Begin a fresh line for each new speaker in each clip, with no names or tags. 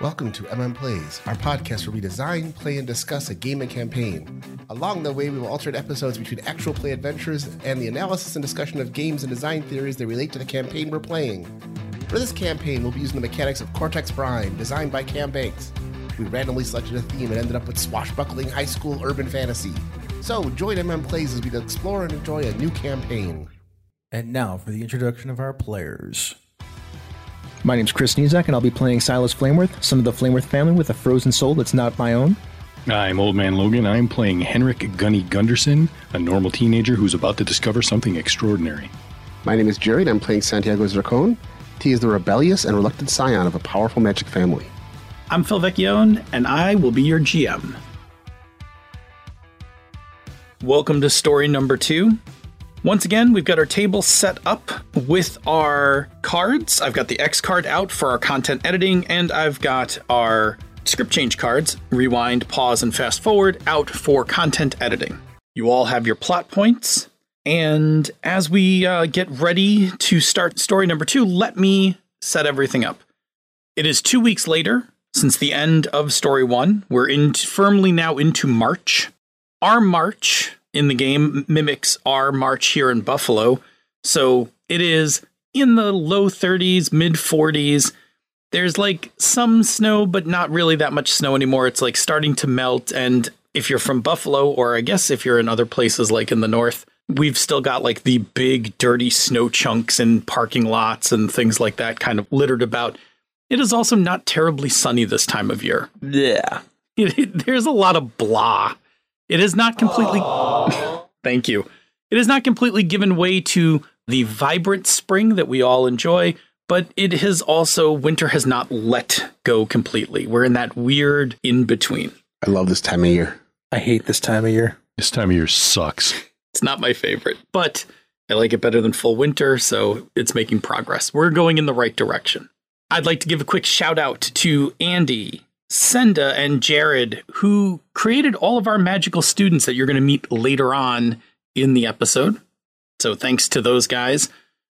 Welcome to MM Plays, our podcast where we design, play, and discuss a game and campaign. Along the way, we will alternate episodes between actual play adventures and the analysis and discussion of games and design theories that relate to the campaign we're playing. For this campaign, we'll be using the mechanics of Cortex Prime, designed by Cam Banks. We randomly selected a theme and ended up with swashbuckling high school urban fantasy. So join MM Plays as we explore and enjoy a new campaign.
And now for the introduction of our players.
My name's Chris Nizak, and I'll be playing Silas Flameworth, son of the Flameworth family with a frozen soul that's not my own.
I'm Old Man Logan. I'm playing Henrik Gunny Gunderson, a normal teenager who's about to discover something extraordinary.
My name is Jerry, and I'm playing Santiago Zircon. He is the rebellious and reluctant scion of a powerful magic family.
I'm Phil Vecchione, and I will be your GM. Welcome to story number two. Once again, we've got our table set up with our cards. I've got the X card out for our content editing, and I've got our script change cards, rewind, pause, and fast forward, out for content editing. You all have your plot points. And as we uh, get ready to start story number two, let me set everything up. It is two weeks later since the end of story one. We're in firmly now into March. Our March in the game mimics our March here in Buffalo. So it is in the low 30s, mid 40s. There's like some snow, but not really that much snow anymore. It's like starting to melt. And if you're from Buffalo, or I guess if you're in other places like in the north, we've still got like the big dirty snow chunks in parking lots and things like that kind of littered about. It is also not terribly sunny this time of year. Yeah. there's a lot of blah. It is not completely. Thank you. It is not completely given way to the vibrant spring that we all enjoy, but it has also, winter has not let go completely. We're in that weird in between.
I love this time of year.
I hate this time of year.
This time of year sucks.
It's not my favorite, but I like it better than full winter, so it's making progress. We're going in the right direction. I'd like to give a quick shout out to Andy, Senda, and Jared, who created all of our magical students that you're going to meet later on in the episode. So thanks to those guys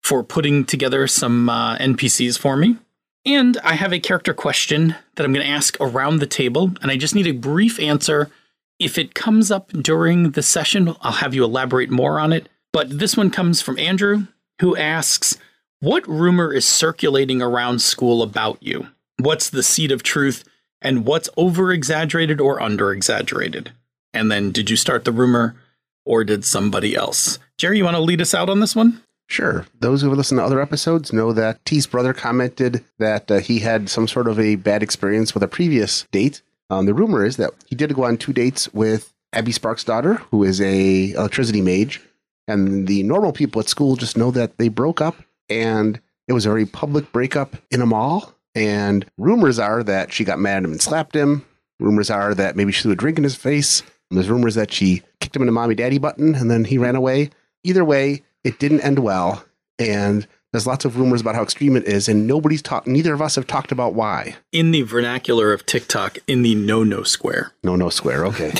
for putting together some uh, NPCs for me. And I have a character question that I'm going to ask around the table, and I just need a brief answer. If it comes up during the session, I'll have you elaborate more on it. But this one comes from Andrew, who asks, What rumor is circulating around school about you? What's the seed of truth? And what's over exaggerated or under exaggerated? And then, did you start the rumor or did somebody else? Jerry, you want to lead us out on this one?
Sure. Those who have listened to other episodes know that T's brother commented that uh, he had some sort of a bad experience with a previous date. Um, the rumor is that he did go on two dates with Abby Sparks' daughter, who is a electricity mage, and the normal people at school just know that they broke up, and it was a very public breakup in a mall. And rumors are that she got mad at him and slapped him. Rumors are that maybe she threw a drink in his face. There's rumors that she kicked him in the mommy daddy button and then he ran away. Either way, it didn't end well. And there's lots of rumors about how extreme it is. And nobody's talked, neither of us have talked about why.
In the vernacular of TikTok, in the no no square.
No, no square. Okay.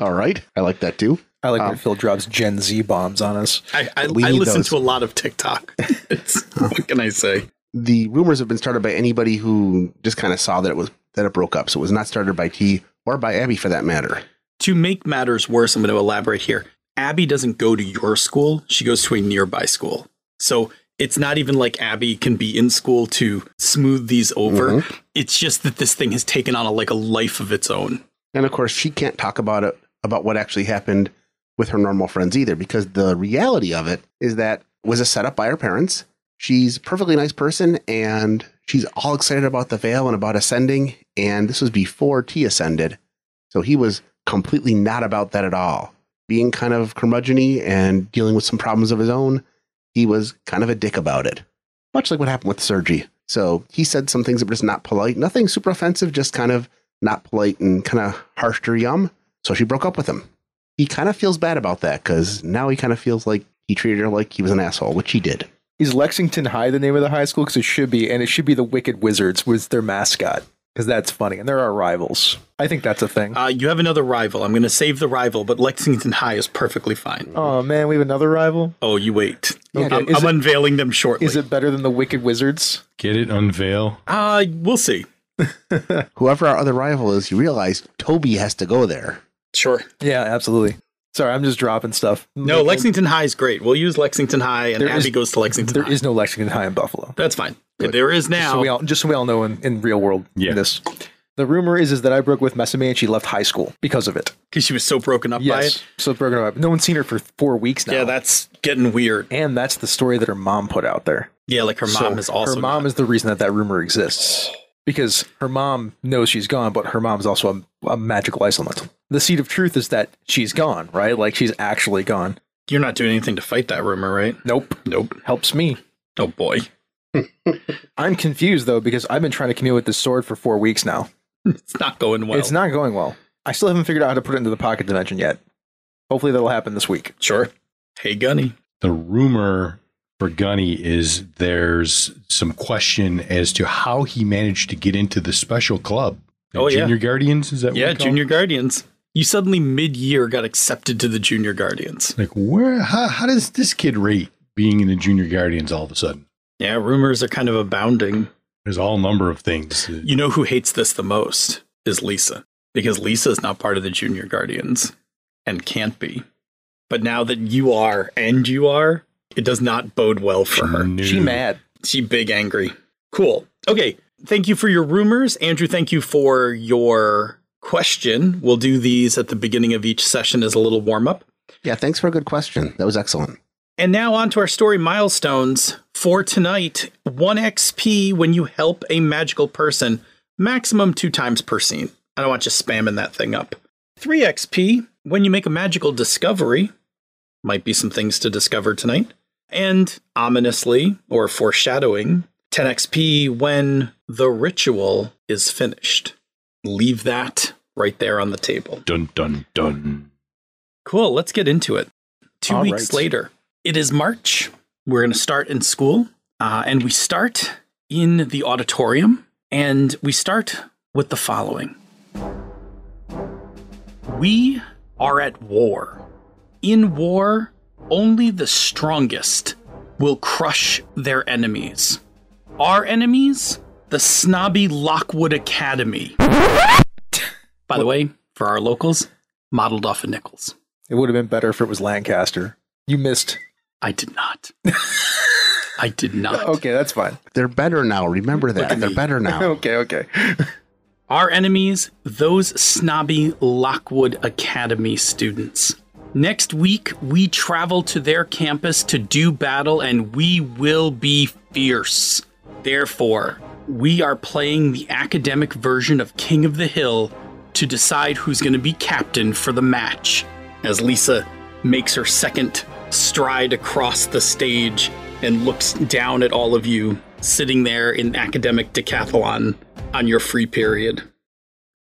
All right. I like that too.
I like when Phil drops Gen Z bombs on us.
I, I, I
We need
listen
those.
to a lot of TikTok. It's, what can I say?
the rumors have been started by anybody who just kind of saw that it was that it broke up. So it was not started by T or by Abby for that matter.
To make matters worse, I'm going to elaborate here. Abby doesn't go to your school, she goes to a nearby school. So it's not even like Abby can be in school to smooth these over.
Mm-hmm.
It's just that this thing has taken on a, like a life of its own.
And of course, she can't talk about it about what actually happened with her normal friends either, because the reality of it is that it was a setup by her parents. She's a perfectly nice person, and she's all excited about the veil and about ascending. And this was before T ascended, so he was completely not about that at all. Being kind of curmudgeony and dealing with some problems of his own, he was kind of a dick about it, much like what happened with Sergi. So he said some things that were just not polite, nothing super offensive, just kind of not polite and kind of harsh to her yum. So she broke up with him. He kind of feels bad about that because now he kind of feels like he treated her like he was an asshole, which he did.
Is Lexington High the name of the high school? Because it should be, and it should be the Wicked Wizards was their mascot.
because that's funny, and there are rivals. I think that's a thing.
Uh, you have another rival. I'm going to save the rival, but Lexington High is perfectly fine.
oh man, we have another rival.
Oh, you wait.
Okay,
I'm,
is
I'm
it-
unveiling them shortly.
Is it better than the Wicked Wizards?
Get it? Unveil.
Uh, we'll see.
Whoever our other rival is, you realize Toby has to go there.
Sure.
Yeah, absolutely. Sorry, I'm just dropping stuff.
No, Lexington High is great. We'll use Lexington High, and
There
Abby
is-
goes to Lexington
There
High.
is no Lexington High in Buffalo.
That's fine. There is
So
now.
we all just so we all know in, in real world
Yeah.
this. The rumor is is that I broke with Mesame and she left high school because of it.
Because she was so broken up by it.
So broken up. No one's seen her for four weeks now.
Yeah, that's getting weird.
and that's the story that her mom put out there.
Yeah, like her mom
So
is also.
her mom is the reason that that rumor exists because her mom knows she's gone, but her mom's also a, a magical isolate. The seed of truth is that she's gone, right? Like she's actually gone.
You're not doing anything to fight that rumor, right?
Nope.
Nope.
Helps me.
Oh boy.
I'm confused though because I've been trying to commune with this sword for four weeks now.
It's not going well.
It's not going well. I still haven't figured out how to put it into the pocket dimension yet. Hopefully that'll happen this week.
Sure. Hey, Gunny.
The rumor for Gunny is there's some question as to how he managed to get into the special club. The
Oh, yeah.
Junior Guardians, is that
Yeah,
what it's
Junior Guardians. You suddenly mid year got accepted to the Junior Guardians.
Like, where, how, how does this kid rate being in the Junior Guardians all of a sudden?
Yeah, rumors are kind of abounding.
There's all number of things.
You know who hates this the most is Lisa, because Lisa is not part of the Junior Guardians and can't be. But now that you are and you are, it does not bode well for her.
New-
She mad.
She big angry. Cool. Okay. Thank you for your rumors. Andrew, thank you for your question. We'll do these at the beginning of each session as a little warm up.
Yeah, thanks for a good question. That was excellent.
And now on to our story milestones for tonight. 1 XP when you help a magical person, maximum 2 times per scene. I don't want you spamming that thing up. 3 XP when you make a magical discovery. Might be some things to discover tonight. And ominously or foreshadowing, 10 XP when the ritual is finished. Leave that right there on the table.
Dun, dun, dun.
Cool, let's get into it. Two
All
weeks
right.
later, it is March. We're going to start in school, uh, and we start in the auditorium, and we start with the following We are at war. In war, only the strongest will crush their enemies. Our enemies, the snobby Lockwood Academy. By the way, for our locals, modeled off of Nichols.
It would have been better if it was Lancaster. You missed.
I did not. I did not.
Okay, that's fine.
They're better now. Remember that.
at
They're
me.
better now.
Okay, okay.
Our enemies, those snobby Lockwood Academy students. Next week, we travel to their campus to do battle and we will be fierce. Therefore, we are playing the academic version of King of the Hill to decide who's going to be captain for the match. As Lisa makes her second stride across the stage and looks down at all of you sitting there in academic decathlon on your free period.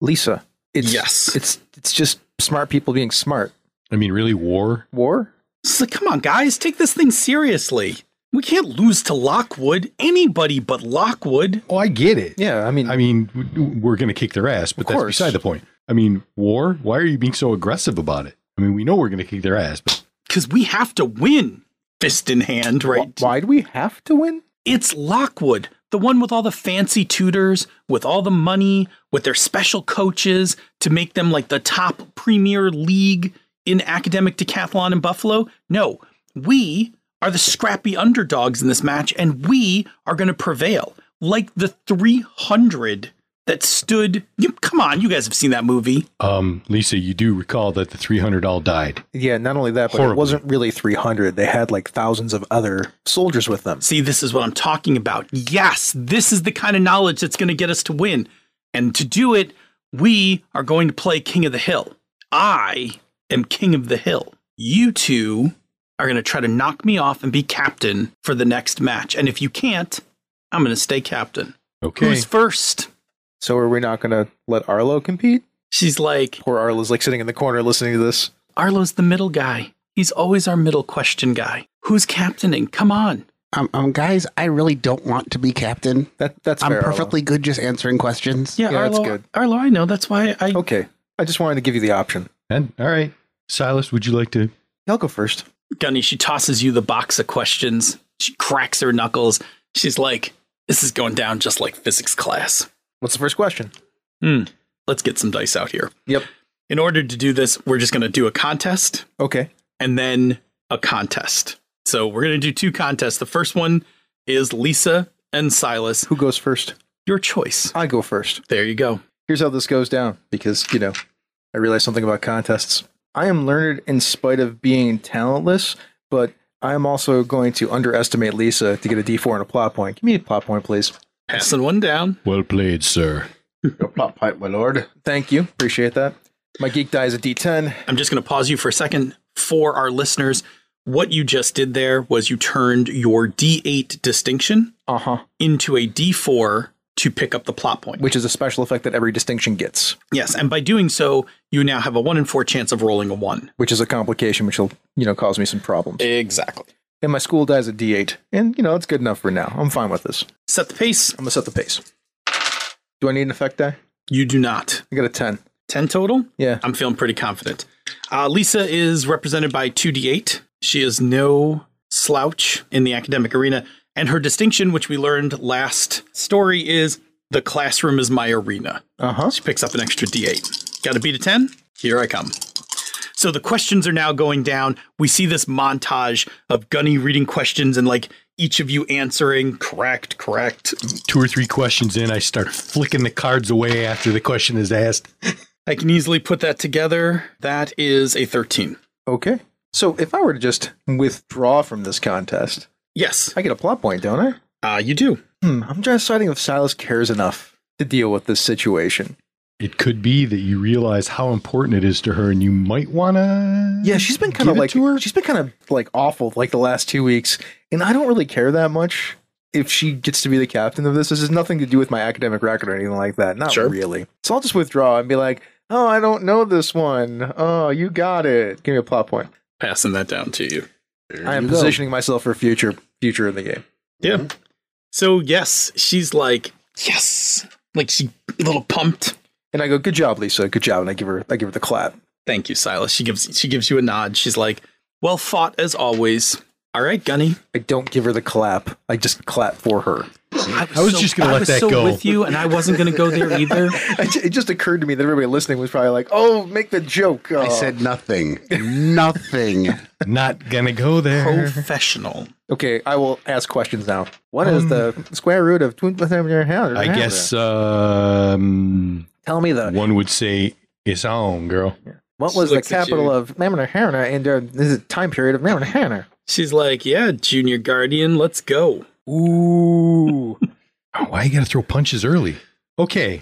Lisa. It's,
Yes.
It's it's just smart people being smart.
I mean, really, war?
War?
It's like, come on, guys, take this thing seriously. We can't lose to Lockwood. Anybody but Lockwood.
Oh, I get it.
Yeah, I mean,
I mean, w- we're going to kick their ass, but
Of
that's
course.
beside the point. I mean, war? Why are you being so aggressive about it? I mean, we know we're going to kick their ass, but
Because we have to win, fist in hand, right?
wh- why do we have to win?
It's Lockwood, the one with all the fancy tutors, with all the money, with their special coaches to make them like the top premier league in academic decathlon in Buffalo. No, we are the scrappy underdogs in this match, and we are going to prevail like the 300 that stood. You, come on, you guys have seen that movie.
um, Lisa, you do recall that the 300 all died.
Yeah, not only that, but it
Horribly.
wasn't really 300. They had like thousands of other soldiers with them.
See, this is what I'm talking about. Yes, this is the kind of knowledge that's going to get us to win. And to do it, we are going to play King of the Hill. I am King of the Hill. You two are going to try to knock me off and be captain for the next match. And if you can't, I'm going to stay captain.
Okay.
Who's first?
So are we not going to let Arlo compete?
She's like,
Poor Arlo's like sitting in the corner listening to this.
Arlo's the middle guy. He's always our middle question guy. Who's captaining? Come on.
Um, um, guys, I really don't want to be captain.
That that's
I'm
fair, Arlo.
perfectly good just answering questions.
Yeah,
Yeah,
Arlo,
that's good.
Arlo, I know. That's why I.
Okay, I just wanted to give you the option.
And all right, Silas, would you like to?
I'll go first.
Gunny, she tosses you the box of questions. She cracks her knuckles. She's like, this is going down just like physics class.
What's the first question?
Let's get some dice out here.
Yep.
In order to do this, we're just going to do a contest
Okay.
and then a contest. So we're going to do two contests. The first one is Lisa and Silas,
Who goes first?
your choice.
I go first.
There you go.
Here's how this goes down because, you know, I realized something about contests. I am learned in spite of being talentless, but I'm also going to underestimate Lisa to get a D4 and a plot point. Give me a plot point, please.
Passing one down.
Well played, sir.
Plot point, my lord.
Thank you. Appreciate that. My geek die is a D10.
I'm just going to pause you for a second for our listeners. What you just did there was you turned your D8 distinction
Uh huh.
into a D4 to pick up the plot point.
Which is a special effect that every distinction gets,
Yes, and by doing so, you now have a one in four chance of rolling a one.
which is a complication which will, you know, cause me some problems.
Exactly.
And my school die is a D8. And, you know, it's good enough for now. I'm fine with this.
Set the pace.
I'm going to set the pace. Do I need an effect die?
You do not.
I got a 10.
10 total?
Yeah.
I'm feeling pretty confident. Uh, Lisa is represented by 2d8. She is no slouch in the academic arena. And her distinction, which we learned last story, is the classroom is my arena.
Uh huh.
She picks up an extra d8. Got to beat a 10? Here I come. So the questions are now going down. We see this montage of Gunny reading questions and like each of you answering correct, correct.
Two or three questions in, I start flicking the cards away after the question is asked.
I can easily put that together. That is a 13.
Okay. So if I were to just withdraw from this contest,
Yes,
I get a plot point, don't I?
uh, you do.
Hmm. I'm just deciding if Silas cares enough to deal with this situation.
It could be that you realize how important it is to her, and you might wanna.
Yeah, she's been kind
Give
of
it
like
to her?
she's been kind of like awful like the last two weeks, and I don't really care that much if she gets to be the captain of this. This has nothing to do with my academic record or anything like that. Not
Sure.
really. So I'll just withdraw and be like, "Oh, I don't know this one. Oh, you got it. Give me a plot point."
Passing that down to you.
I am positioning myself for future future in the game.
Yeah. So, yes, she's like, yes. Like she a little pumped.
And I go, "Good job, Lisa. Good job." And I give her I give her the clap.
Thank you, Silas. She gives she gives you a nod. She's like, well fought as always. All right, Gunny.
I don't give her the clap. I just clap for her.
I was,
I was just gonna let
was
that
so
go.
with you, and I wasn't going to go there either.
I ju- it just occurred to me that everybody listening was probably like, "Oh, make the joke."
I
uh,
said nothing. nothing.
Not gonna go there.
Professional.
"Okay, I will ask questions now. What is the square root of twin?
I
I
guess um,
Tell me the
one would say it's on, girl.
what was the
Looks at
capital
you.
of Mamanahana and uh, this is time period of Mamanahana.
She's like, yeah, junior guardian, let's go.
Ooh.
Oh, why you gotta throw punches early? Okay,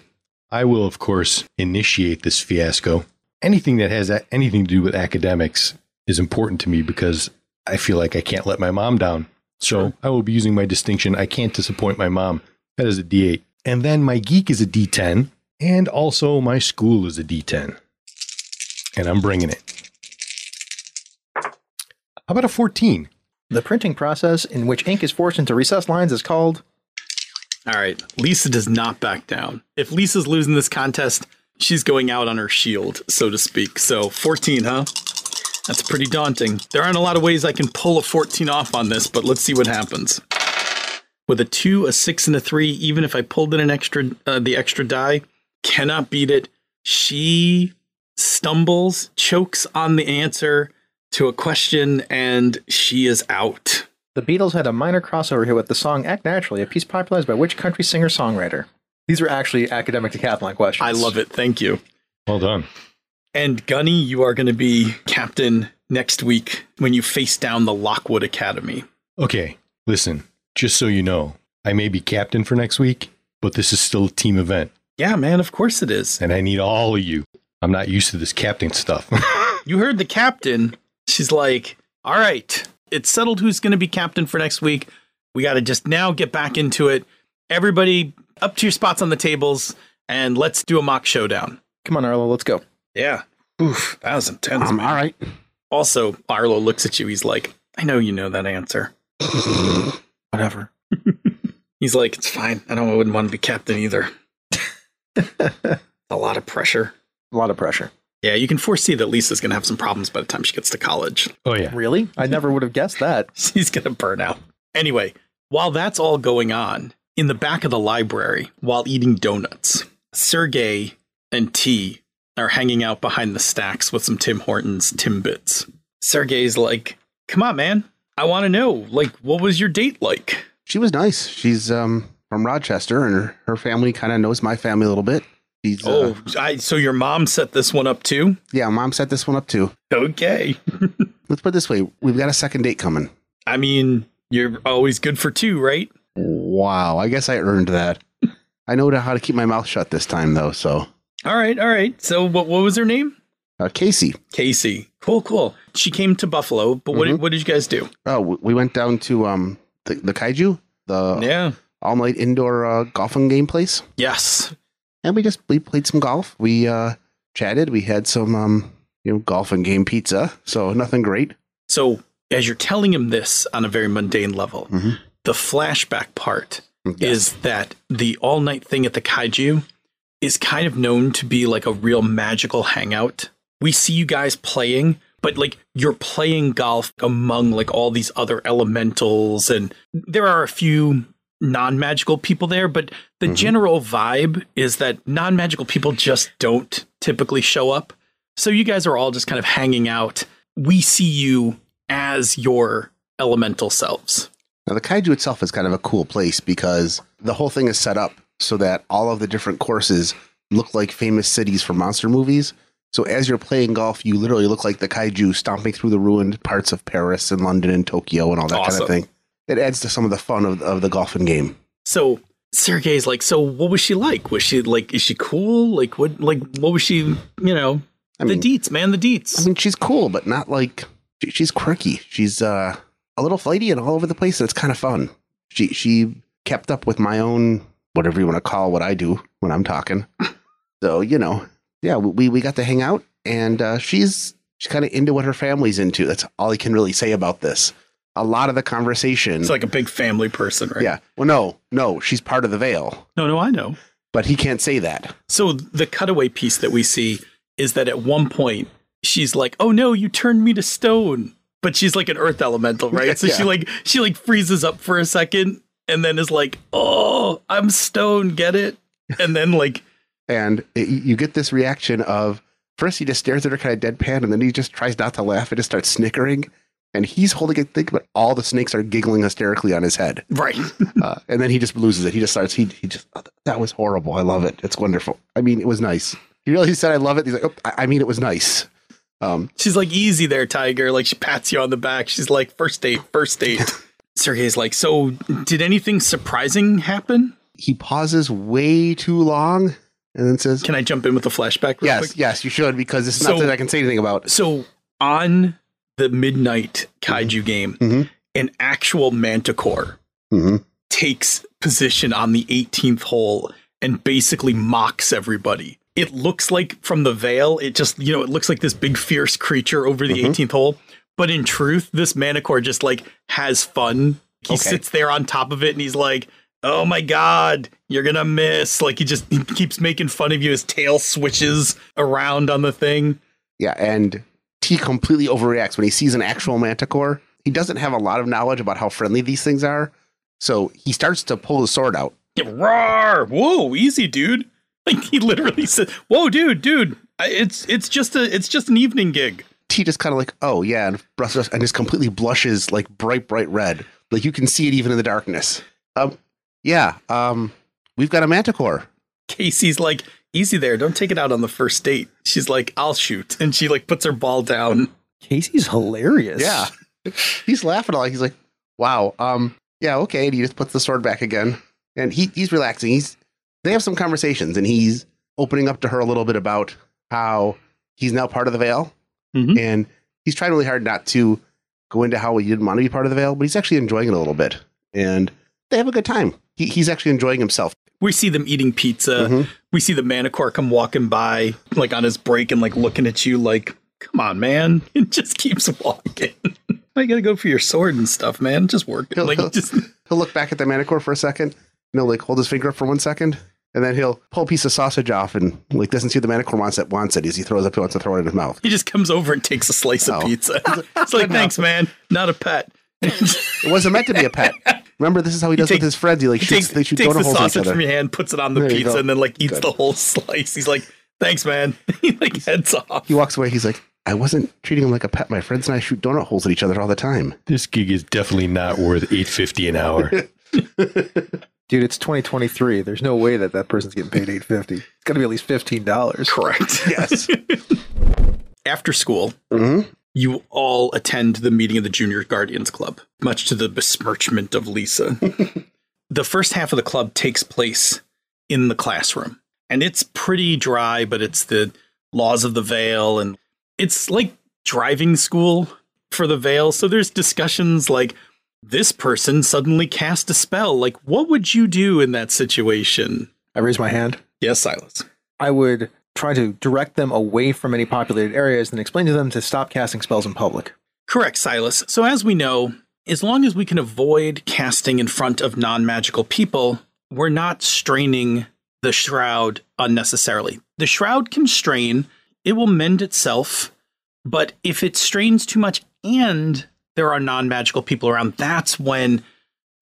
I will of course initiate this fiasco. Anything that has a- anything to do with academics is important to me because I feel like I can't let my mom down. So I will be using my distinction. I can't disappoint my mom. That is a D8, and then my geek is a D10, and also my school is a D10, and I'm bringing it. How about a 14?
The printing process in which ink is forced into recessed lines is called.
All right. Lisa does not back down. If Lisa's losing this contest, she's going out on her shield, so to speak. So 14, huh? That's pretty daunting. There aren't a lot of ways I can pull a 14 off on this, but let's see what happens. With a 2, a 6 and a 3, even if I pulled in an extra uh, the extra die, cannot beat it. She stumbles, chokes on the answer to a question and she is out.
The Beatles had a minor crossover here with the song Act Naturally, a piece popularized by which country singer songwriter?
These are actually academic decathlon questions.
I love it. Thank you.
Well done.
And Gunny, you are going to be captain next week when you face down the Lockwood Academy.
Okay, listen, just so you know, I may be captain for next week, but this is still a team event,
Yeah, man, of course it is.
and I need all of you. I'm not used to this captain stuff.
You heard the captain. She's like, all right, it's settled who's going to be captain for next week. We got to just now get back into it. Everybody up to your spots on the tables and let's do a mock showdown.
Come on, Arlo, let's go.
Yeah. Oof, that was intense.
Um,
man.
all right.
Also, Arlo looks at you. He's like, I know you know that answer.
Whatever.
He's like, it's fine. I don't. I wouldn't want to be captain either. A lot of pressure.
A lot of pressure.
Yeah, you can foresee that Lisa's gonna have some problems by the time she gets to college.
Oh yeah.
Really? I never would have guessed that.
She's going to burn out. Anyway, while that's all going on, in the back of the library, while eating donuts, Sergey and T are hanging out behind the stacks with some Tim Hortons Timbits. Sergey's like, Come on, man. I want to know, like, what was your date like?
She was nice. She's um from Rochester, and her, her family kind of knows my family a little bit. She's, uh,
Oh, I, so your mom set this one up too?
yeah, mom set this one up too.
Okay.
Let's put it this way: we've got a second date coming.
I mean, you're always good for two, right?
Wow, I guess I earned that. I know how to keep my mouth shut this time, though. So,
All right, all right. So, what, what was her name?
uh, Casey,
Casey. Cool, cool. She came to Buffalo, but what, did, what did you guys do?
oh, w- we went down to um the, the Kaiju, the
Yeah.
all night indoor uh, golfing game place,
Yes.
and we just we played some golf. We uh chatted. We had some um you know golf and game pizza. So nothing great.
So as you're telling him this on a very mundane level,
Mhm.
the flashback part
Yeah.
is that the all night thing at the kaiju is kind of known to be like a real magical hangout. We see you guys playing, but like you're playing golf among like all these other elementals, and there are a few non magical people there, but the general vibe is that non magical people just don't typically show up. So you guys are all just kind of hanging out. We see you as your elemental selves.
Now, the kaiju itself is kind of a cool place because the whole thing is set up so that all of the different courses look like famous cities from monster movies. So, as you're playing golf, you literally look like the kaiju stomping through the ruined parts of Paris and London and Tokyo and all that
Awesome.
kind of thing. It adds to some of the fun of, of the golfing game.
So Sergey's like, so what was she like? Was she like, is she cool? Like what? Like what was she? You know,
I
the
mean,
deets, man, the deets.
I mean, she's cool, but not like she, she's quirky. She's uh, a little flighty and all over the place, and it's kind of fun. She she kept up with my own whatever you want to call what I do when I'm talking. So you know, yeah, we we got to hang out, and uh, she's she's kind of into what her family's into. That's all I can really say about this. A lot of the conversation,
it's like a big family person, right?
yeah. Well, no, no, she's part of the veil,
No, no, I know.
but he can't say that.
So the cutaway piece that we see is that at one point she's like, "Oh no, you turned me to stone." But she's like an earth elemental, right? So
Yeah.
she like she like freezes up for a second and then is like, "Oh, I'm stone, get it?" And then like
and it, you get this reaction of first he just stares at her kind of deadpan and then he just tries not to laugh and just starts snickering and he's holding it thick but all the snakes are giggling hysterically on his head
right.
uh, and then he just loses it he just starts he, he just oh, that was horrible i love it it's wonderful i mean it was nice he really said i love it he's like oh, I, I mean it was nice um,
She's like, "Easy there, tiger." Like she pats you on the back. She's like, "First date, first date." Sergey's like, "So, did anything surprising happen?"
he pauses way too long and then says
Can I jump in with a flashback real
yes
quick?
yes you should because it's
So-
not that i can say anything about
So on the midnight kaiju game,
Mhm.
an actual manticore Mm-hmm.
Mhm.
takes position on the 18th hole and basically mocks everybody. It looks like from the veil, it just, you know, it looks like this big fierce creature over the 18th hole. But in truth, this manticore just like has fun. He
Okay.
sits there on top of it and he's like, oh my God, you're going to miss. Like he just he keeps making fun of you. His tail switches around on the thing.
Yeah, and T completely overreacts when he sees an actual manticore. He doesn't have a lot of knowledge about how friendly these things are, so he starts to pull his sword out.
Yeah, Roar! Whoa, easy, dude. Like he literally said, "Whoa, dude, dude, I- it's it's just a it's just an evening gig."
T just kind of like, oh yeah, and brushes and just completely blushes like bright, bright red, like you can see it even in the darkness. Um, yeah, um, we've got a manticore.
Casey's like, "Easy there, don't take it out on the first date." She's like, "I'll shoot," and she like puts her ball down.
Casey's hilarious.
Yeah, he's laughing all. He's like, wow, um, yeah, okay, and he just puts the sword back again, and he he's relaxing. He's they have some conversations, and he's opening up to her a little bit about how he's now part of the veil,
Mhm.
and he's trying really hard not to go into how he didn't want to be part of the veil, but he's actually enjoying it a little bit, and they have a good time. He, he's actually enjoying himself.
We see them eating pizza.
Mhm.
We see the manicore come walking by, like on his break, and like looking at you, like, "Come on, man!" And just keeps walking. Why you gotta go for your sword and stuff, man? Just work.
He'll-
Like,
he'll-
just
He'll look back at the manticore for a second, and he'll like hold his finger up for one second, and then he'll pull a piece of sausage off and like doesn't see the manticore wants it wants it as he throws up he wants to throw it in his mouth.
he just comes over and takes a slice of
Oh.
pizza. It's like, thanks, man. Not a pet.
It wasn't meant to be a pet. Remember, this is how he does
take-
with his friends. He like
He
shoots,
takes,
they shoot
takes
donut
the
holes in each
sausage
other.
from your hand, puts it on the
There you
pizza,
go.
and then like eats
Good.
the whole slice. He's like, thanks, man. he like heads off.
He walks away. He's like, I wasn't treating him like a pet. My friends and I shoot donut holes at each other all the time.
This gig is definitely not worth eight fifty an hour.
Dude, it's 2023. There's no way that that person's getting paid 850. It's got to be at least $15.
Correct.
Yes.
After school,
hmm
you all attend the meeting of the Junior Guardians Club, much to the besmirchment of Lisa. the first half of the club takes place in the classroom, and it's pretty dry, but it's the laws of the veil, and it's like driving school for the veil. So there's discussions like this person suddenly cast a spell. Like, what would you do in that situation?
I raise my hand.
Yes, Silas.
I would try to direct them away from any populated areas and explain to them to stop casting spells in public.
Correct, Silas. So, as we know, as long as we can avoid casting in front of non magical people, we're not straining the shroud unnecessarily. The shroud can strain, it will mend itself, but if it strains too much and there are non magical people around, that's when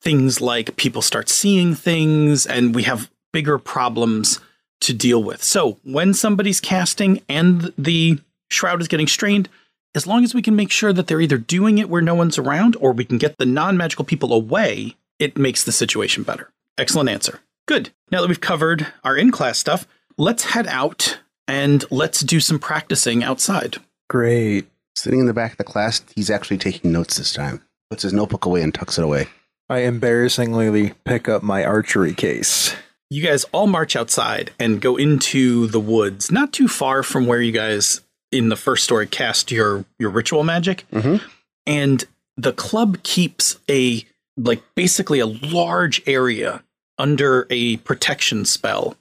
things like people start seeing things and we have bigger problems to deal with. So, when somebody's casting and the shroud is getting strained, as long as we can make sure that they're either doing it where no one's around or we can get the non magical people away, it makes the situation better. Excellent answer. Good. Now that we've covered our in class stuff, let's head out and let's do some practicing outside.
Great.
Sitting in the back of the class, he's actually taking notes this time. Puts his notebook away and tucks it away.
I embarrassingly pick up my archery case.
You guys all march outside and go into the woods, not too far from where you guys in the first story cast your your ritual magic.
Mhm.
And the club keeps a like basically a large area under a protection spell.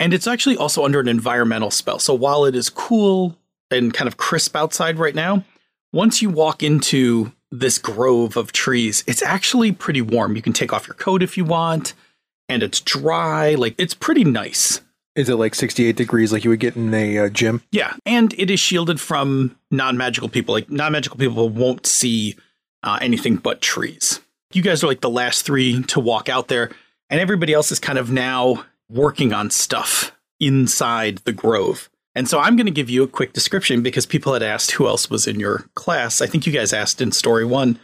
And it's actually also under an environmental spell. So while it is cool and kind of crisp outside right now, once you walk into this grove of trees, it's actually pretty warm. You can take off your coat if you want and it's dry. Like it's pretty nice.
Is it like 68 degrees like you would get in a uh, gym?
Yeah. And it is shielded from non magical people. Like non magical people won't see uh, anything but trees. You guys are like the last three to walk out there, and everybody else is kind of now working on stuff inside the grove. And so I'm going to give you a quick description because people had asked who else was in your class. I think you guys asked in story one.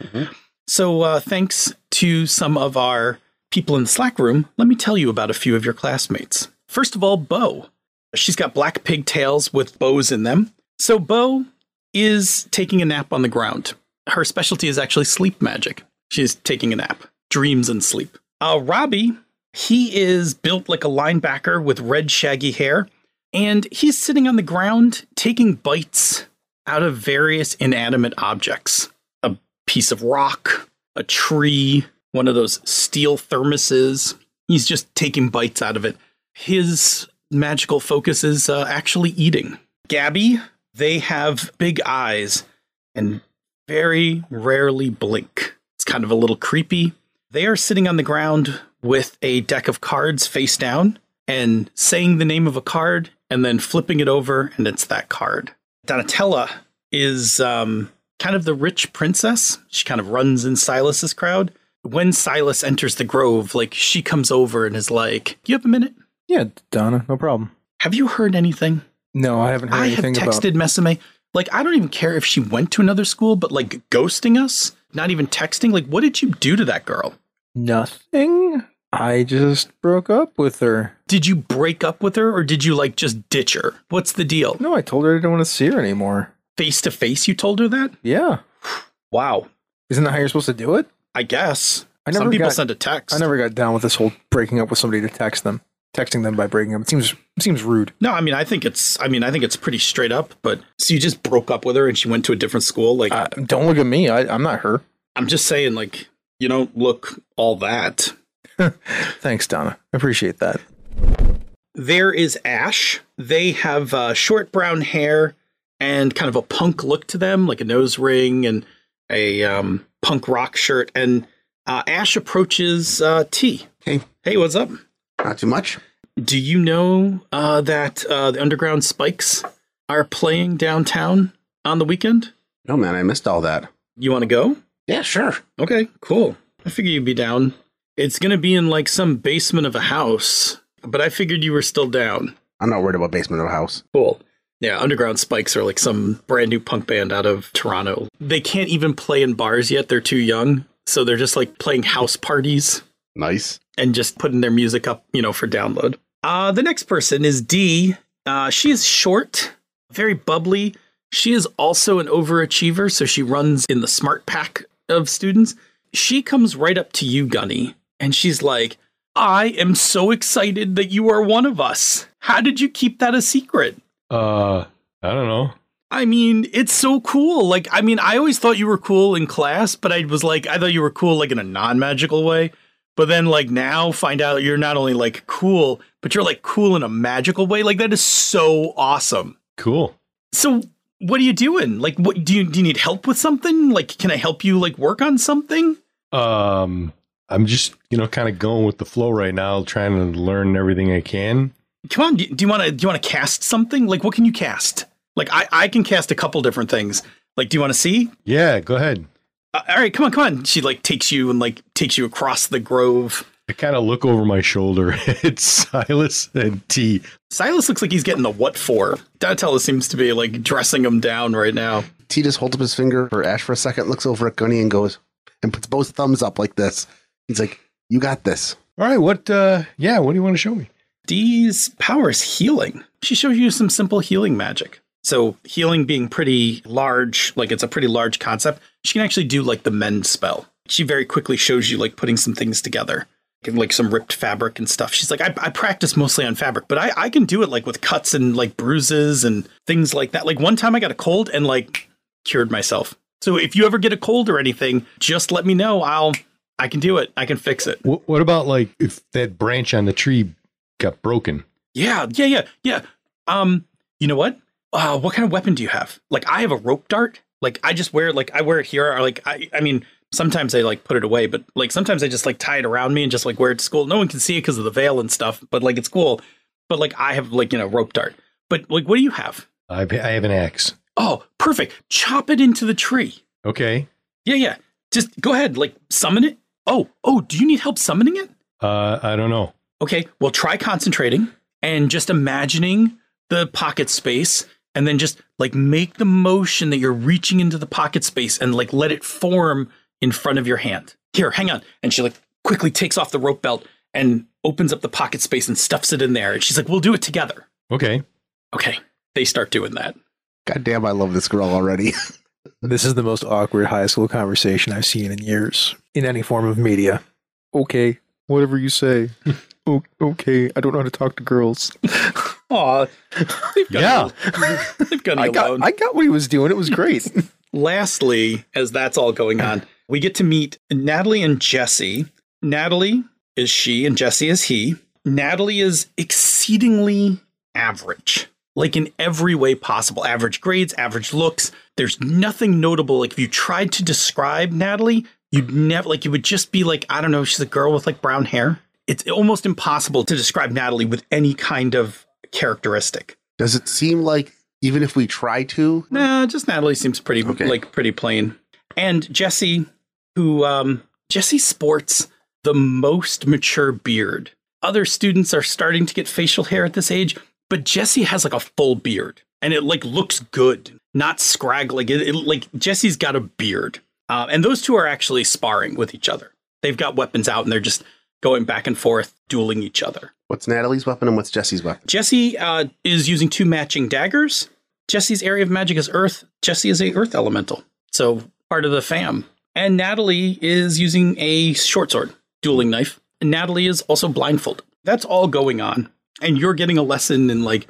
So, uh, thanks to some of our people in the Slack room, let me tell you about a few of your classmates. First of all, Bo. She's got black pigtails with bows in them. So, Bo is taking a nap on the ground. Her specialty is actually sleep magic. She's taking a nap, dreams and sleep. Uh, Robbie, he is built like a linebacker with red, shaggy hair, and he's sitting on the ground taking bites out of various inanimate objects a piece of rock, a tree, one of those steel thermoses. He's just taking bites out of it. His magical focus is uh, actually eating. Gabby, they have big eyes and very rarely blink. It's kind of a little creepy. They are sitting on the ground with a deck of cards face down and saying the name of a card and then flipping it over, and it's that card. Donatella is um, kind of the rich princess. She kind of runs in Silas's crowd. When Silas enters the grove, like she comes over and is like, "You have a minute?
Yeah, Donna, no problem.
Have you heard anything?
No, I haven't heard
I have
anything about
texted Mesame. Like, I don't even care if she went to another school, but like ghosting us, not even texting. Like, what did you do to that girl?
nothing. I just broke up with her.
Did you break up with her, or did you like just ditch her? What's the deal?
No, I told her I didn't want to see her anymore.
Face to face, you told her that?
Yeah.
Wow.
Isn't that how you're supposed to do it?
I guess.
I never
Some people
got-
send a text.
I never got down with this whole breaking up with somebody to text them. Texting them by breaking up. It seems it seems rude.
No, I mean, I think it's. I mean, I think it's pretty straight up. But so you just broke up with her, and she went to a different school. Like,
Uh, don't look at me. I, I'm not her.
I'm just saying, like, you don't look all that.
Thanks, Donna. I appreciate that.
There is Ash. They have uh, short brown hair and kind of a punk look to them, like a nose ring and a um, punk rock shirt, and uh, Ash approaches uh, T.
Hey.
hey, what's up?
Not too much.
Do you know uh, that uh, the Underground Spikes are playing downtown on the weekend?
No, man, I missed all that.
You want to go?
Yeah, sure.
Okay, cool. I figure you'd be down. It's going to be in like some basement of a house, but I figured you were still down.
I'm not worried about basement of a house.
Cool. Yeah, Underground Spikes are like some brand new punk band out of Toronto. They can't even play in bars yet, they're too young. So they're just like playing house parties
Nice.
and just putting their music up, you know, for download. Uh, the next person is D. Uh, she is short, very bubbly. She is also an overachiever, so she runs in the smart pack of students. She comes right up to you, Gunny, and she's like, I am so excited that you are one of us. How did you keep that a secret?
Uh, I don't know.
I mean, it's so cool. Like, I mean, I always thought you were cool in class, but I was like, I thought you were cool like in a non-magical way. But then, like now, find out you're not only like cool, but you're like cool in a magical way. Like that is so awesome.
Cool.
So, what are you doing? Like, what do you do? You need help with something? Like, can I help you? Like, work on something?
Um, I'm just you know kind of going with the flow right now, trying to learn everything I can.
Come on. Do, do you want to? Do you want to cast something? Like, what can you cast? Like, I I can cast a couple different things. Like, do you want to see?
Yeah, go ahead.
uh, all right, come on, come on. She like takes you and like takes you across the grove.
I kind of look over my shoulder at Silas and T.
Silas looks like he's getting the what for. Donatella seems to be like dressing him down right now.
T just holds up his finger for Ash for a second, looks over at Gunny and goes and puts both thumbs up like this. He's like, You got this.
All right, what? uh Yeah, what do you want to show me?
Dee's power is healing. She shows you some simple healing magic. So healing being pretty large, like it's a pretty large concept, she can actually do like the mend spell. She very quickly shows you like putting some things together, like some ripped fabric and stuff. She's like, I, I practice mostly on fabric, but I, I can do it like with cuts and like bruises and things like that. Like one time I got a cold and like cured myself. So if you ever get a cold or anything, just let me know. I'll I can do it. I can fix it.
What, what about like if that branch on the tree got broken?
Yeah, yeah, yeah, yeah. Um, you know what? Uh, what kind of weapon do you have? Like, I have a rope dart. Like, I just wear like I wear it here. Or like, I, I mean, sometimes I like put it away, but like sometimes I just like tie it around me and just like wear it to school. No one can see it because of the veil and stuff, but like it's cool. But like, I have like you know rope dart. But like, what do you have?
I, I have an axe.
Oh, perfect. Chop it into the tree.
Okay.
Yeah, yeah. Just go ahead. Like, summon it. Oh, oh. Do you need help summoning it?
Uh, I don't know.
Okay, well, try concentrating and just imagining the pocket space and then just like make the motion that you're reaching into the pocket space and like let it form in front of your hand. Here, hang on. And she like quickly takes off the rope belt and opens up the pocket space and stuffs it in there. And she's like, we'll do it together.
Okay.
Okay, they start doing that.
God damn, I love this girl already.
This is the most awkward high school conversation I've seen in years in any form of media. Okay, whatever you say. O- okay, I don't know how to talk to girls.
Aw, they've got
Yeah.
you- they've got
I
you
got,
alone.
I got what he was doing. It was great.
lastly, as that's all going on, we get to meet Natalie and Jesse. Natalie is she and Jesse is he. Natalie is exceedingly average, like in every way possible average grades, average looks. There's nothing notable. Like, if you tried to describe Natalie, you'd never, like, you would just be like, I don't know, she's a girl with like brown hair. It's almost impossible to describe Natalie with any kind of characteristic.
Does it seem like even if we try to,
Nah, just Natalie seems pretty
Okay.
like pretty plain. And Jesse, who um Jesse sports the most mature beard. Other students are starting to get facial hair at this age, but Jesse has like a full beard and it like looks good, not scraggly. It, it- like Jesse's got a beard. Uh, and those two are actually sparring with each other. They've got weapons out and they're just going back and forth, dueling each other.
what's Natalie's weapon and what's Jesse's weapon?
Jesse uh, is using two matching daggers. Jesse's area of magic is earth. Jesse is a earth elemental, so part of the fam. And Natalie is using a short sword, dueling knife. And Natalie is also blindfolded. That's all going on, and you're getting a lesson in like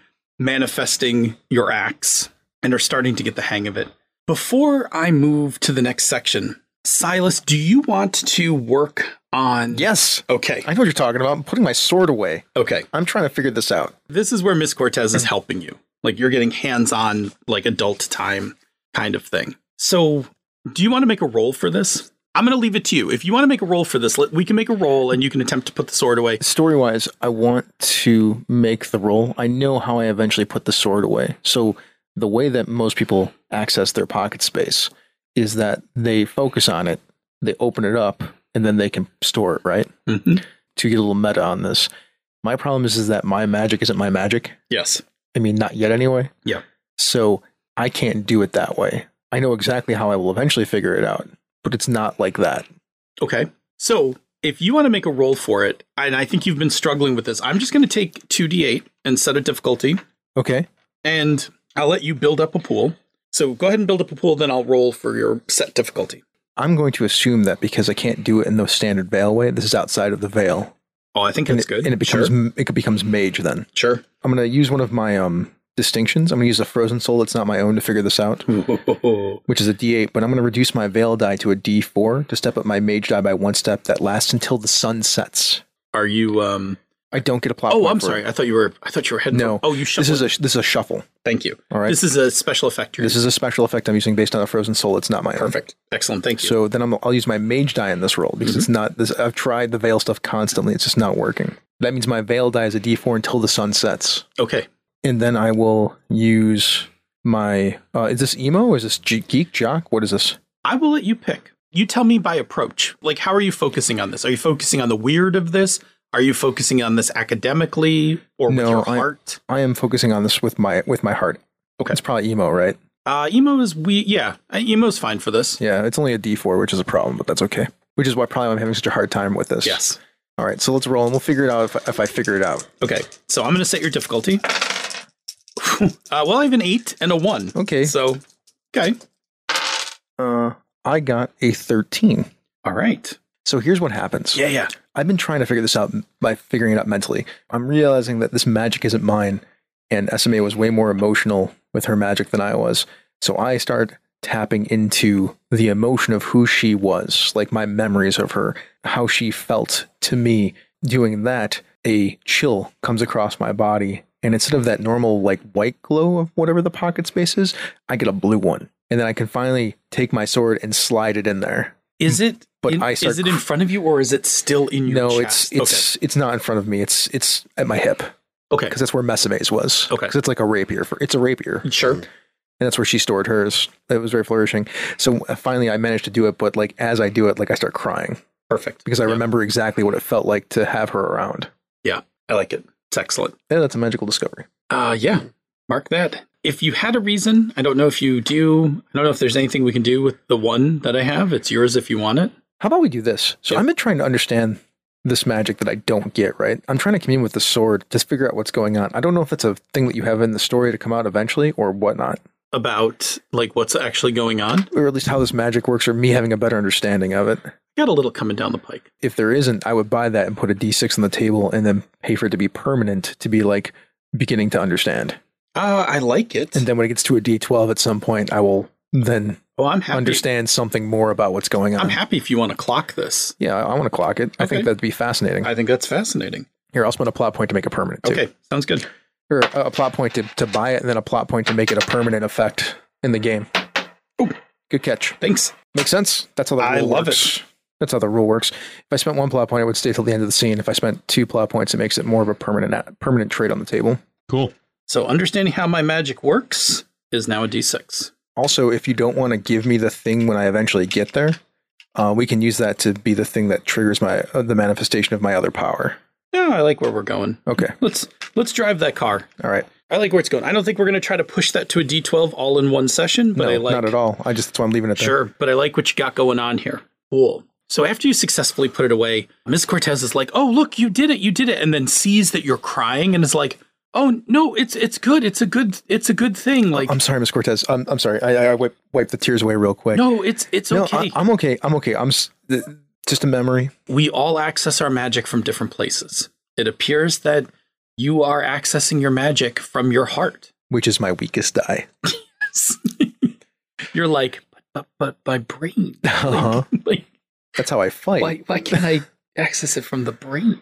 manifesting your acts and are starting to get the hang of it. Before I move to the next section, Silas, do you want to work on?
yes,
Okay.
I know what you're talking about. I'm putting my sword away.
Okay.
I'm trying to figure this out.
this is where Miss Cortez is helping you. Like you're getting hands on, like adult time kind of thing. So Do you want to make a roll for this? I'm going to leave it to you. If you want to make a roll for this, let- we can make a roll and you can attempt to put the sword away.
Story wise, I want to make the roll. I know how I eventually put the sword away. So, the way that most people access their pocket space is that they focus on it, they open it up, and then they can store it, right?
Mhm.
To get a little meta on this. My problem is, is that my magic isn't my magic.
Yes.
I mean, not yet anyway.
Yeah.
So I can't do it that way. I know exactly how I will eventually figure it out, but it's not like that.
Okay. So if you want to make a roll for it, and I think you've been struggling with this, I'm just going to take 2d8 and set a difficulty,
Okay.
and I'll let you build up a pool. So go ahead and build up a pool, then I'll roll for your set difficulty.
I'm going to assume that because I can't do it in the standard veil way, this is outside of the veil.
Oh, I think
And
that's
it,
good.
And it becomes
Sure.
it becomes mage then.
Sure.
I'm going to use one of my um distinctions. I'm going to use a frozen soul that's not my own to figure this out,
Hmm.
which is a d8, but I'm going to reduce my veil die to a d4 to step up my mage die by one step that lasts until the sun sets.
Are you um
I don't get a plot.
Oh,
point
I'm
for
sorry.
it.
I thought you were I thought you were heading
No.
for- Oh, you should
This is a this is a shuffle.
Thank you.
All right.
This is a special effect. You're
This is a special effect I'm using based on a frozen soul. It's not my own.
perfect. Excellent. Thank you. Mm-hmm.
So then I'm, I'll use my mage die in this roll because it's not this. I've tried the veil stuff constantly. It's just not working. That means my veil die is a d4 until the sun sets,
okay.
and then I will use my. Uh, is this emo? Is this G- geek jock? What is this?
I will let you pick. You tell me by approach. Like, how are you focusing on this? Are you focusing on the weird of this? Are you focusing on this academically or with
No,
your
I-
heart?
I am focusing on this with my with my heart.
Okay.
it's probably emo, right?
Uh, emo is we. Yeah, uh, emo's fine for this.
Yeah, it's only a d4, which is a problem, but that's okay. Which is why probably I'm having such a hard time with this.
Yes.
All right, so let's roll and we'll figure it out if, if I figure it out.
Okay. So I'm going to set your difficulty. uh, well, I have an eight and a one.
Okay.
So, okay.
Uh, I got a 13.
All right.
So here's what happens.
Yeah, yeah.
I've been trying to figure this out by figuring it out mentally. I'm realizing that this magic isn't mine, and SMA was way more emotional with her magic than I was. So I start tapping into the emotion of who she was, like my memories of her, how she felt to me. Doing that, a chill comes across my body, and instead of that normal, like white glow of whatever the pocket space is, I get a blue one. And then I can finally take my sword and slide it in there.
Is it?
But
in,
I start
is it in
cr-
front of you or is it still in your
no,
chest?
it's it's it's not in front of me. It's it's at my hip
okay.
because that's where Mesemaze was.
Okay. Hmm.
because it's like a rapier. For it's a rapier,
okay. Sure.
and that's where she stored hers. It was very flourishing. So uh, finally, I managed to do it. But like as I do it, like I start crying
Perfect.
because I
Yeah.
remember exactly what it felt like to have her around.
I like it. It's excellent.
Yeah, that's a magical discovery.
Uh, yeah, mark that. If you had a reason, I don't know if you do. I don't know if there's anything we can do with the one that I have. It's yours if you want it.
How about we do this? So
Yeah.
I've been trying to understand this magic that I don't get. Right, I'm trying to commune with the sword to figure out what's going on. I don't know if that's a thing that you have in the story to come out eventually or whatnot,
About like what's actually going on. I
or at least how this magic works, or me having a better understanding of it.
got a little coming down the pike.
if there isn't, I would buy that and put a D6 on the table and then pay for it to be permanent to be like beginning to understand.
Uh, I like it.
And then when it gets to a D12 at some point, I will then
oh, I'm happy.
understand something more about what's going on.
I'm happy if you want to clock this.
yeah, I want to clock it. I
Okay.
think that'd be fascinating.
I think that's fascinating.
Here, I'll spend a plot point to make it permanent. Too.
Okay, sounds good.
Or a, a plot point to, to buy it and then a plot point to make it a permanent effect in the game. Good catch.
Thanks.
Makes sense? That's how the rule
I love
works. That's how the rule works. If I spent one plot point, it would stay till the end of the scene. If I spent two plot points, it makes it more of a permanent permanent trait on the table.
Cool.
So understanding how my magic works is now a D6.
Also, if you don't want to give me the thing when I eventually get there, uh, we can use that to be the thing that triggers my uh, the manifestation of my other power.
Yeah, I like where we're going.
Okay,
Let's let's drive that car.
all right.
I like where it's going. I don't think we're going to try to push that to a D12 all in one session, but
no,
I like
not at all. I just that's why I'm leaving it there.
Sure, but I like what you got going on here. Cool. So after you successfully put it away, Ms. Cortez is like, "Oh, look, you did it. You did it." And then sees that you're crying and is like, "Oh, no, it's it's good. It's a good it's a good thing." Like,
I'm sorry, Miss Cortez. I'm, I'm sorry. I, I, I wipe, wipe the tears away real quick.
"No, it's it's
No,
okay.
I, am okay. I'm okay. I'm s- th- just a memory.
we all access our magic from different places. It appears that you are accessing your magic from your heart."
which is my weakest die.
you're like, "But but, but my brain."
Uh-huh.
Like,
That's how I fight.
why why can't I access it from the brain?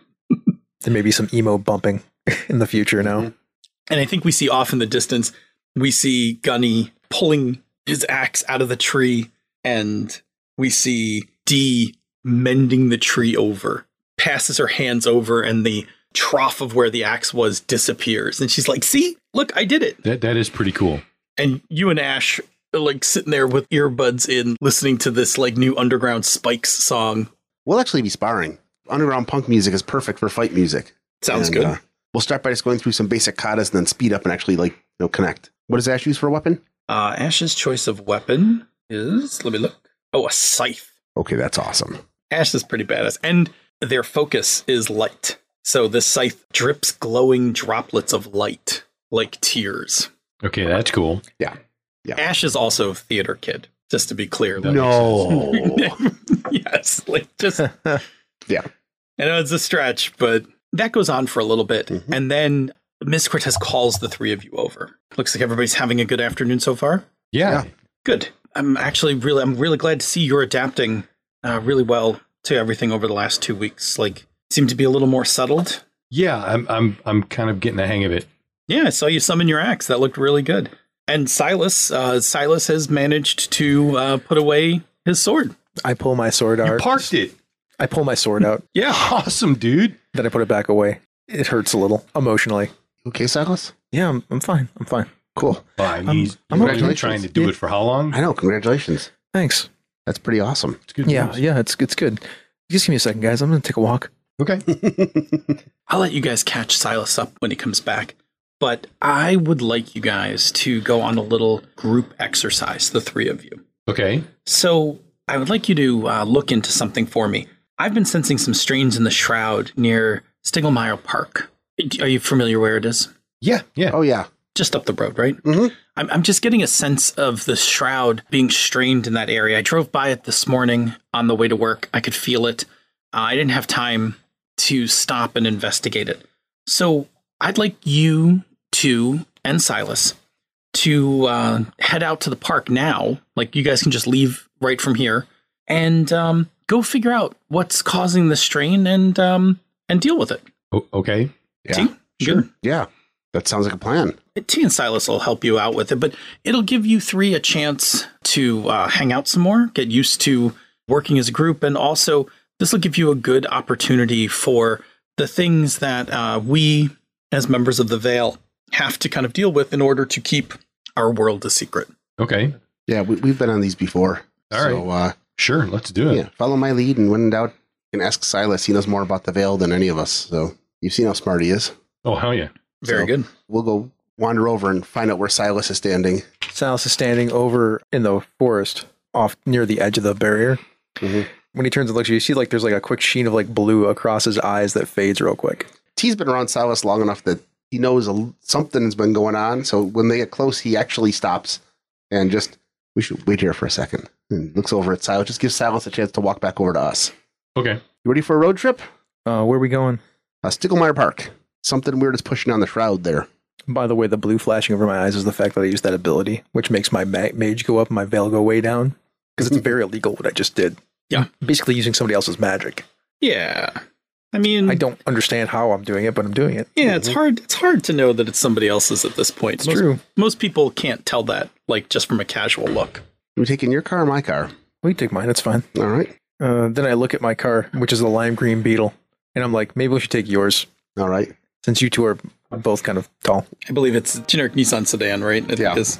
There may be some emo bumping in the future now.
Mm-hmm. And I think we see off in the distance, we see Gunny pulling his axe out of the tree and we see D mending the tree over, passes her hands over, and the trough of where the axe was disappears. And she's like, "See, look, I did it."
That that is pretty cool.
And you and Ash are like sitting there with earbuds in, listening to this like new underground spikes song.
We'll actually be sparring. Underground punk music is perfect for fight music.
Sounds
And,
good.
uh, we'll start by just going through some basic katas and then speed up and actually like you know, connect. What does Ash use for a weapon?
Uh, Ash's choice of weapon is let me look. Oh, a scythe.
Okay, that's awesome.
Ash is pretty badass, and their focus is light. So this scythe drips glowing droplets of light like tears.
Okay, that's cool.
Ash is also a theater kid, just to be clear.
Mm.
That
no.
yes, like just
Yeah.
I know it's a stretch, but that goes on for a little bit,
Mhm.
and then Miss Cortez calls the three of you over. Looks like everybody's having a good afternoon so far.
Yeah.
Good. I'm actually really I'm really glad to see you're adapting uh, really well to everything over the last two weeks. Like seem to be a little more settled.
Yeah, I'm I'm I'm kind of getting the hang of it.
Yeah, I saw you summon your axe. That looked really good. And Silas, uh, Silas has managed to uh, put away his sword.
I pull my sword
You
out.
parked it.
I pull my sword out.
Yeah.
Awesome, dude.
Then I put it back away. It hurts a little emotionally.
Okay, Silas.
Yeah, I'm, I'm fine. I'm fine.
Cool.
Fine.
I'm-
he's
I'm
he's
okay.
been trying to do it for how long?
I know. Congratulations.
Thanks.
That's pretty awesome.
It's good.
Yeah,
news.
yeah, it's it's good. Just give me a second, guys. I'm gonna take a walk.
Okay.
I'll let you guys catch Silas up when he comes back. But I would like you guys to go on a little group exercise, the three of you.
Okay.
So I would like you to uh, look into something for me. I've been sensing some strains in the shroud near Stiglmeyer Park. Are you familiar where it is?
Yeah. Yeah.
oh yeah.
Just up the road, right?
Mhm.
I'm, I'm just getting a sense of the shroud being strained in that area. I drove by it this morning on the way to work. I could feel it. Uh, I didn't have time to stop and investigate it. So I'd like you two and Silas to uh, head out to the park now. Like you guys can just leave right from here and um, go figure out what's causing the strain and um, and deal with it.
O- okay.
Yeah.
T? Sure.
Yeah. That sounds like a plan.
T and Silas will help you out with it, but it'll give you three a chance to uh, hang out some more, get used to working as a group, and also this will give you a good opportunity for the things that uh, we, as members of the Veil, have to kind of deal with in order to keep our world a secret.
Okay.
Yeah, we, we've been on these before.
All right.
so, uh,
Sure. Let's do
yeah.
it.
follow my lead, and when in doubt, you can ask Silas. He knows more about the veil than any of us. So you've seen how smart he is.
Oh hell yeah.
Very
So-
good.
We'll go wander over and find out where Silas is standing.
Silas is standing over in the forest, off near the edge of the barrier.
Mhm.
When he turns and looks at you, you see like there's like a quick sheen of like blue across his eyes that fades real quick.
T's been around Silas long enough that he knows a, l- something has been going on. So when they get close, he actually stops and just we should wait here for a second and looks over at Silas. Just gives Silas a chance to walk back over to us.
Okay.
You ready for a road trip?
Uh, where are we going?
Uh, Sticklemeyer Park. Something weird is pushing on the shroud there.
By the way, the blue flashing over my eyes is the fact that I use that ability, which makes my ma- mage go up and my veil go way down because it's very illegal what I just did.
Yeah.
basically using somebody else's magic.
Yeah. I mean,
I don't understand how I'm doing it, but I'm doing it.
yeah, it's hard. It's hard to know that it's somebody else's at this point.
It's
most,
true.
Most people can't tell that, like just from a casual look.
You taking your car or my car?
We take mine. It's fine.
All right.
Uh, then I look at my car, which is the lime green beetle, and I'm like, maybe we should take yours
All right.
since you two are both kind of tall.
I believe it's generic Nissan sedan, right? I think
Yeah.
it's-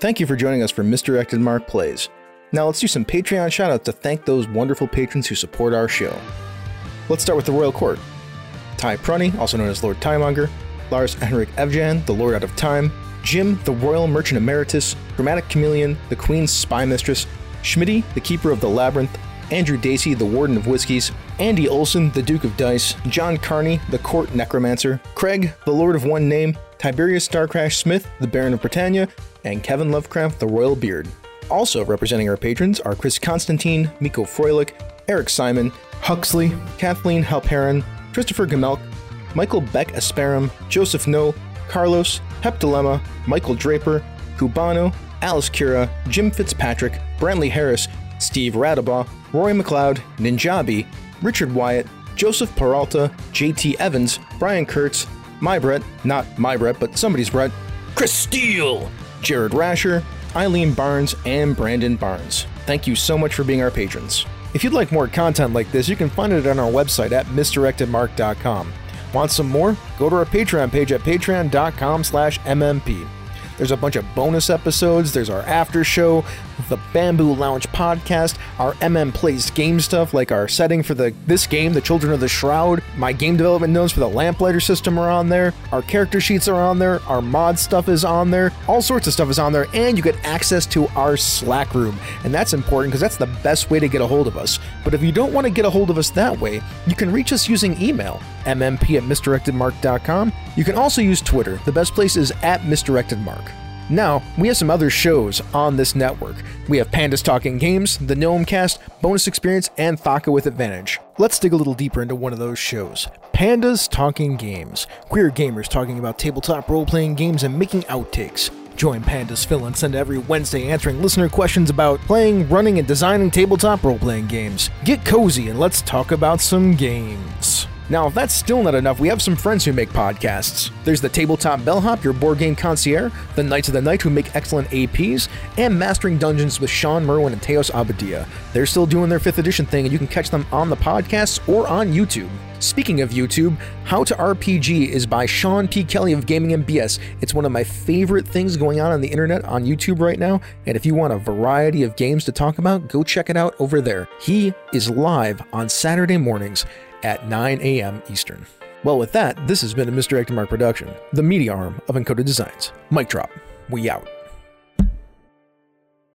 Thank you for joining us for Misdirected Mark Plays. Now let's do some Patreon shoutouts to thank those wonderful patrons who support our show. Let's start with the Royal Court. Ty Prunny, also known as Lord Timemonger, Lars Henrik Evjan, the Lord Out of Time, Jim, the Royal Merchant Emeritus, Dramatic Chameleon, the Queen's Spy Mistress, Schmitty, the Keeper of the Labyrinth, Andrew Dacey, the Warden of Whiskies, Andy Olson, the Duke of Dice, John Carney, the Court Necromancer, Craig, the Lord of One Name, Tiberius Starcrash Smith, the Baron of Britannia, and Kevin Lovecraft, the Royal Beard. Also representing our patrons are Chris Constantine, Miko Froelich, Eric Simon, Huxley, Kathleen Halperin, Christopher Gamelk, Michael Beck Asperum, Joseph No, Carlos, Pep Dilemma, Michael Draper, Cubano, Alice Cura, Jim Fitzpatrick, Brantley Harris, Steve Radabaugh, Roy McLeod, Ninjabi, Richard Wyatt, Joseph Peralta, JT Evans, Brian Kurtz, My Brett, not My Brett, but somebody's Brett, Chris Steele, Jared Rasher, Eileen Barnes and Brandon Barnes. Thank you so much for being our patrons. If you'd like more content like this, you can find it on our website at misdirectedmark.com. Want some more? Go to our Patreon page at patreon.com slash MMP. There's a bunch of bonus episodes, there's our after show, the Bamboo Lounge podcast, our MM Plays game stuff like our setting for the this game, the Children of the Shroud, my game development notes for the Lamplighter system are on there, our character sheets are on there, our mod stuff is on there, all sorts of stuff is on there, and you get access to our Slack room. And that's important because that's the best way to get a hold of us. But if you don't want to get a hold of us that way, you can reach us using email, mmp at misdirectedmark.com. You can also use Twitter. The best place is at misdirectedmark. Now, we have some other shows on this network. We have Pandas Talking Games, The Gnome Cast, Bonus Experience, and Thaka with Advantage. Let's dig a little deeper into one of those shows Pandas Talking Games. Queer gamers talking about tabletop role playing games and making outtakes. Join Pandas Phil and Send every Wednesday answering listener questions about playing, running, and designing tabletop role playing games. Get cozy and let's talk about some games. Now, if that's still not enough, we have some friends who make podcasts. There's the Tabletop Bellhop, your board game concierge, the Knights of the Night, who make excellent APs, and Mastering Dungeons with Sean Merwin and Teos Abadia. They're still doing their 5th edition thing, and you can catch them on the podcast or on YouTube. Speaking of YouTube, How to RPG is by Sean P. Kelly of Gaming MBS. It's one of my favorite things going on on the internet on YouTube right now, and if you want a variety of games to talk about, go check it out over there. He is live on Saturday mornings at 9 a.m. Eastern. Well, with that, this has been a Misdirected Mark production, the media arm of Encoded Designs. Mic drop. We out.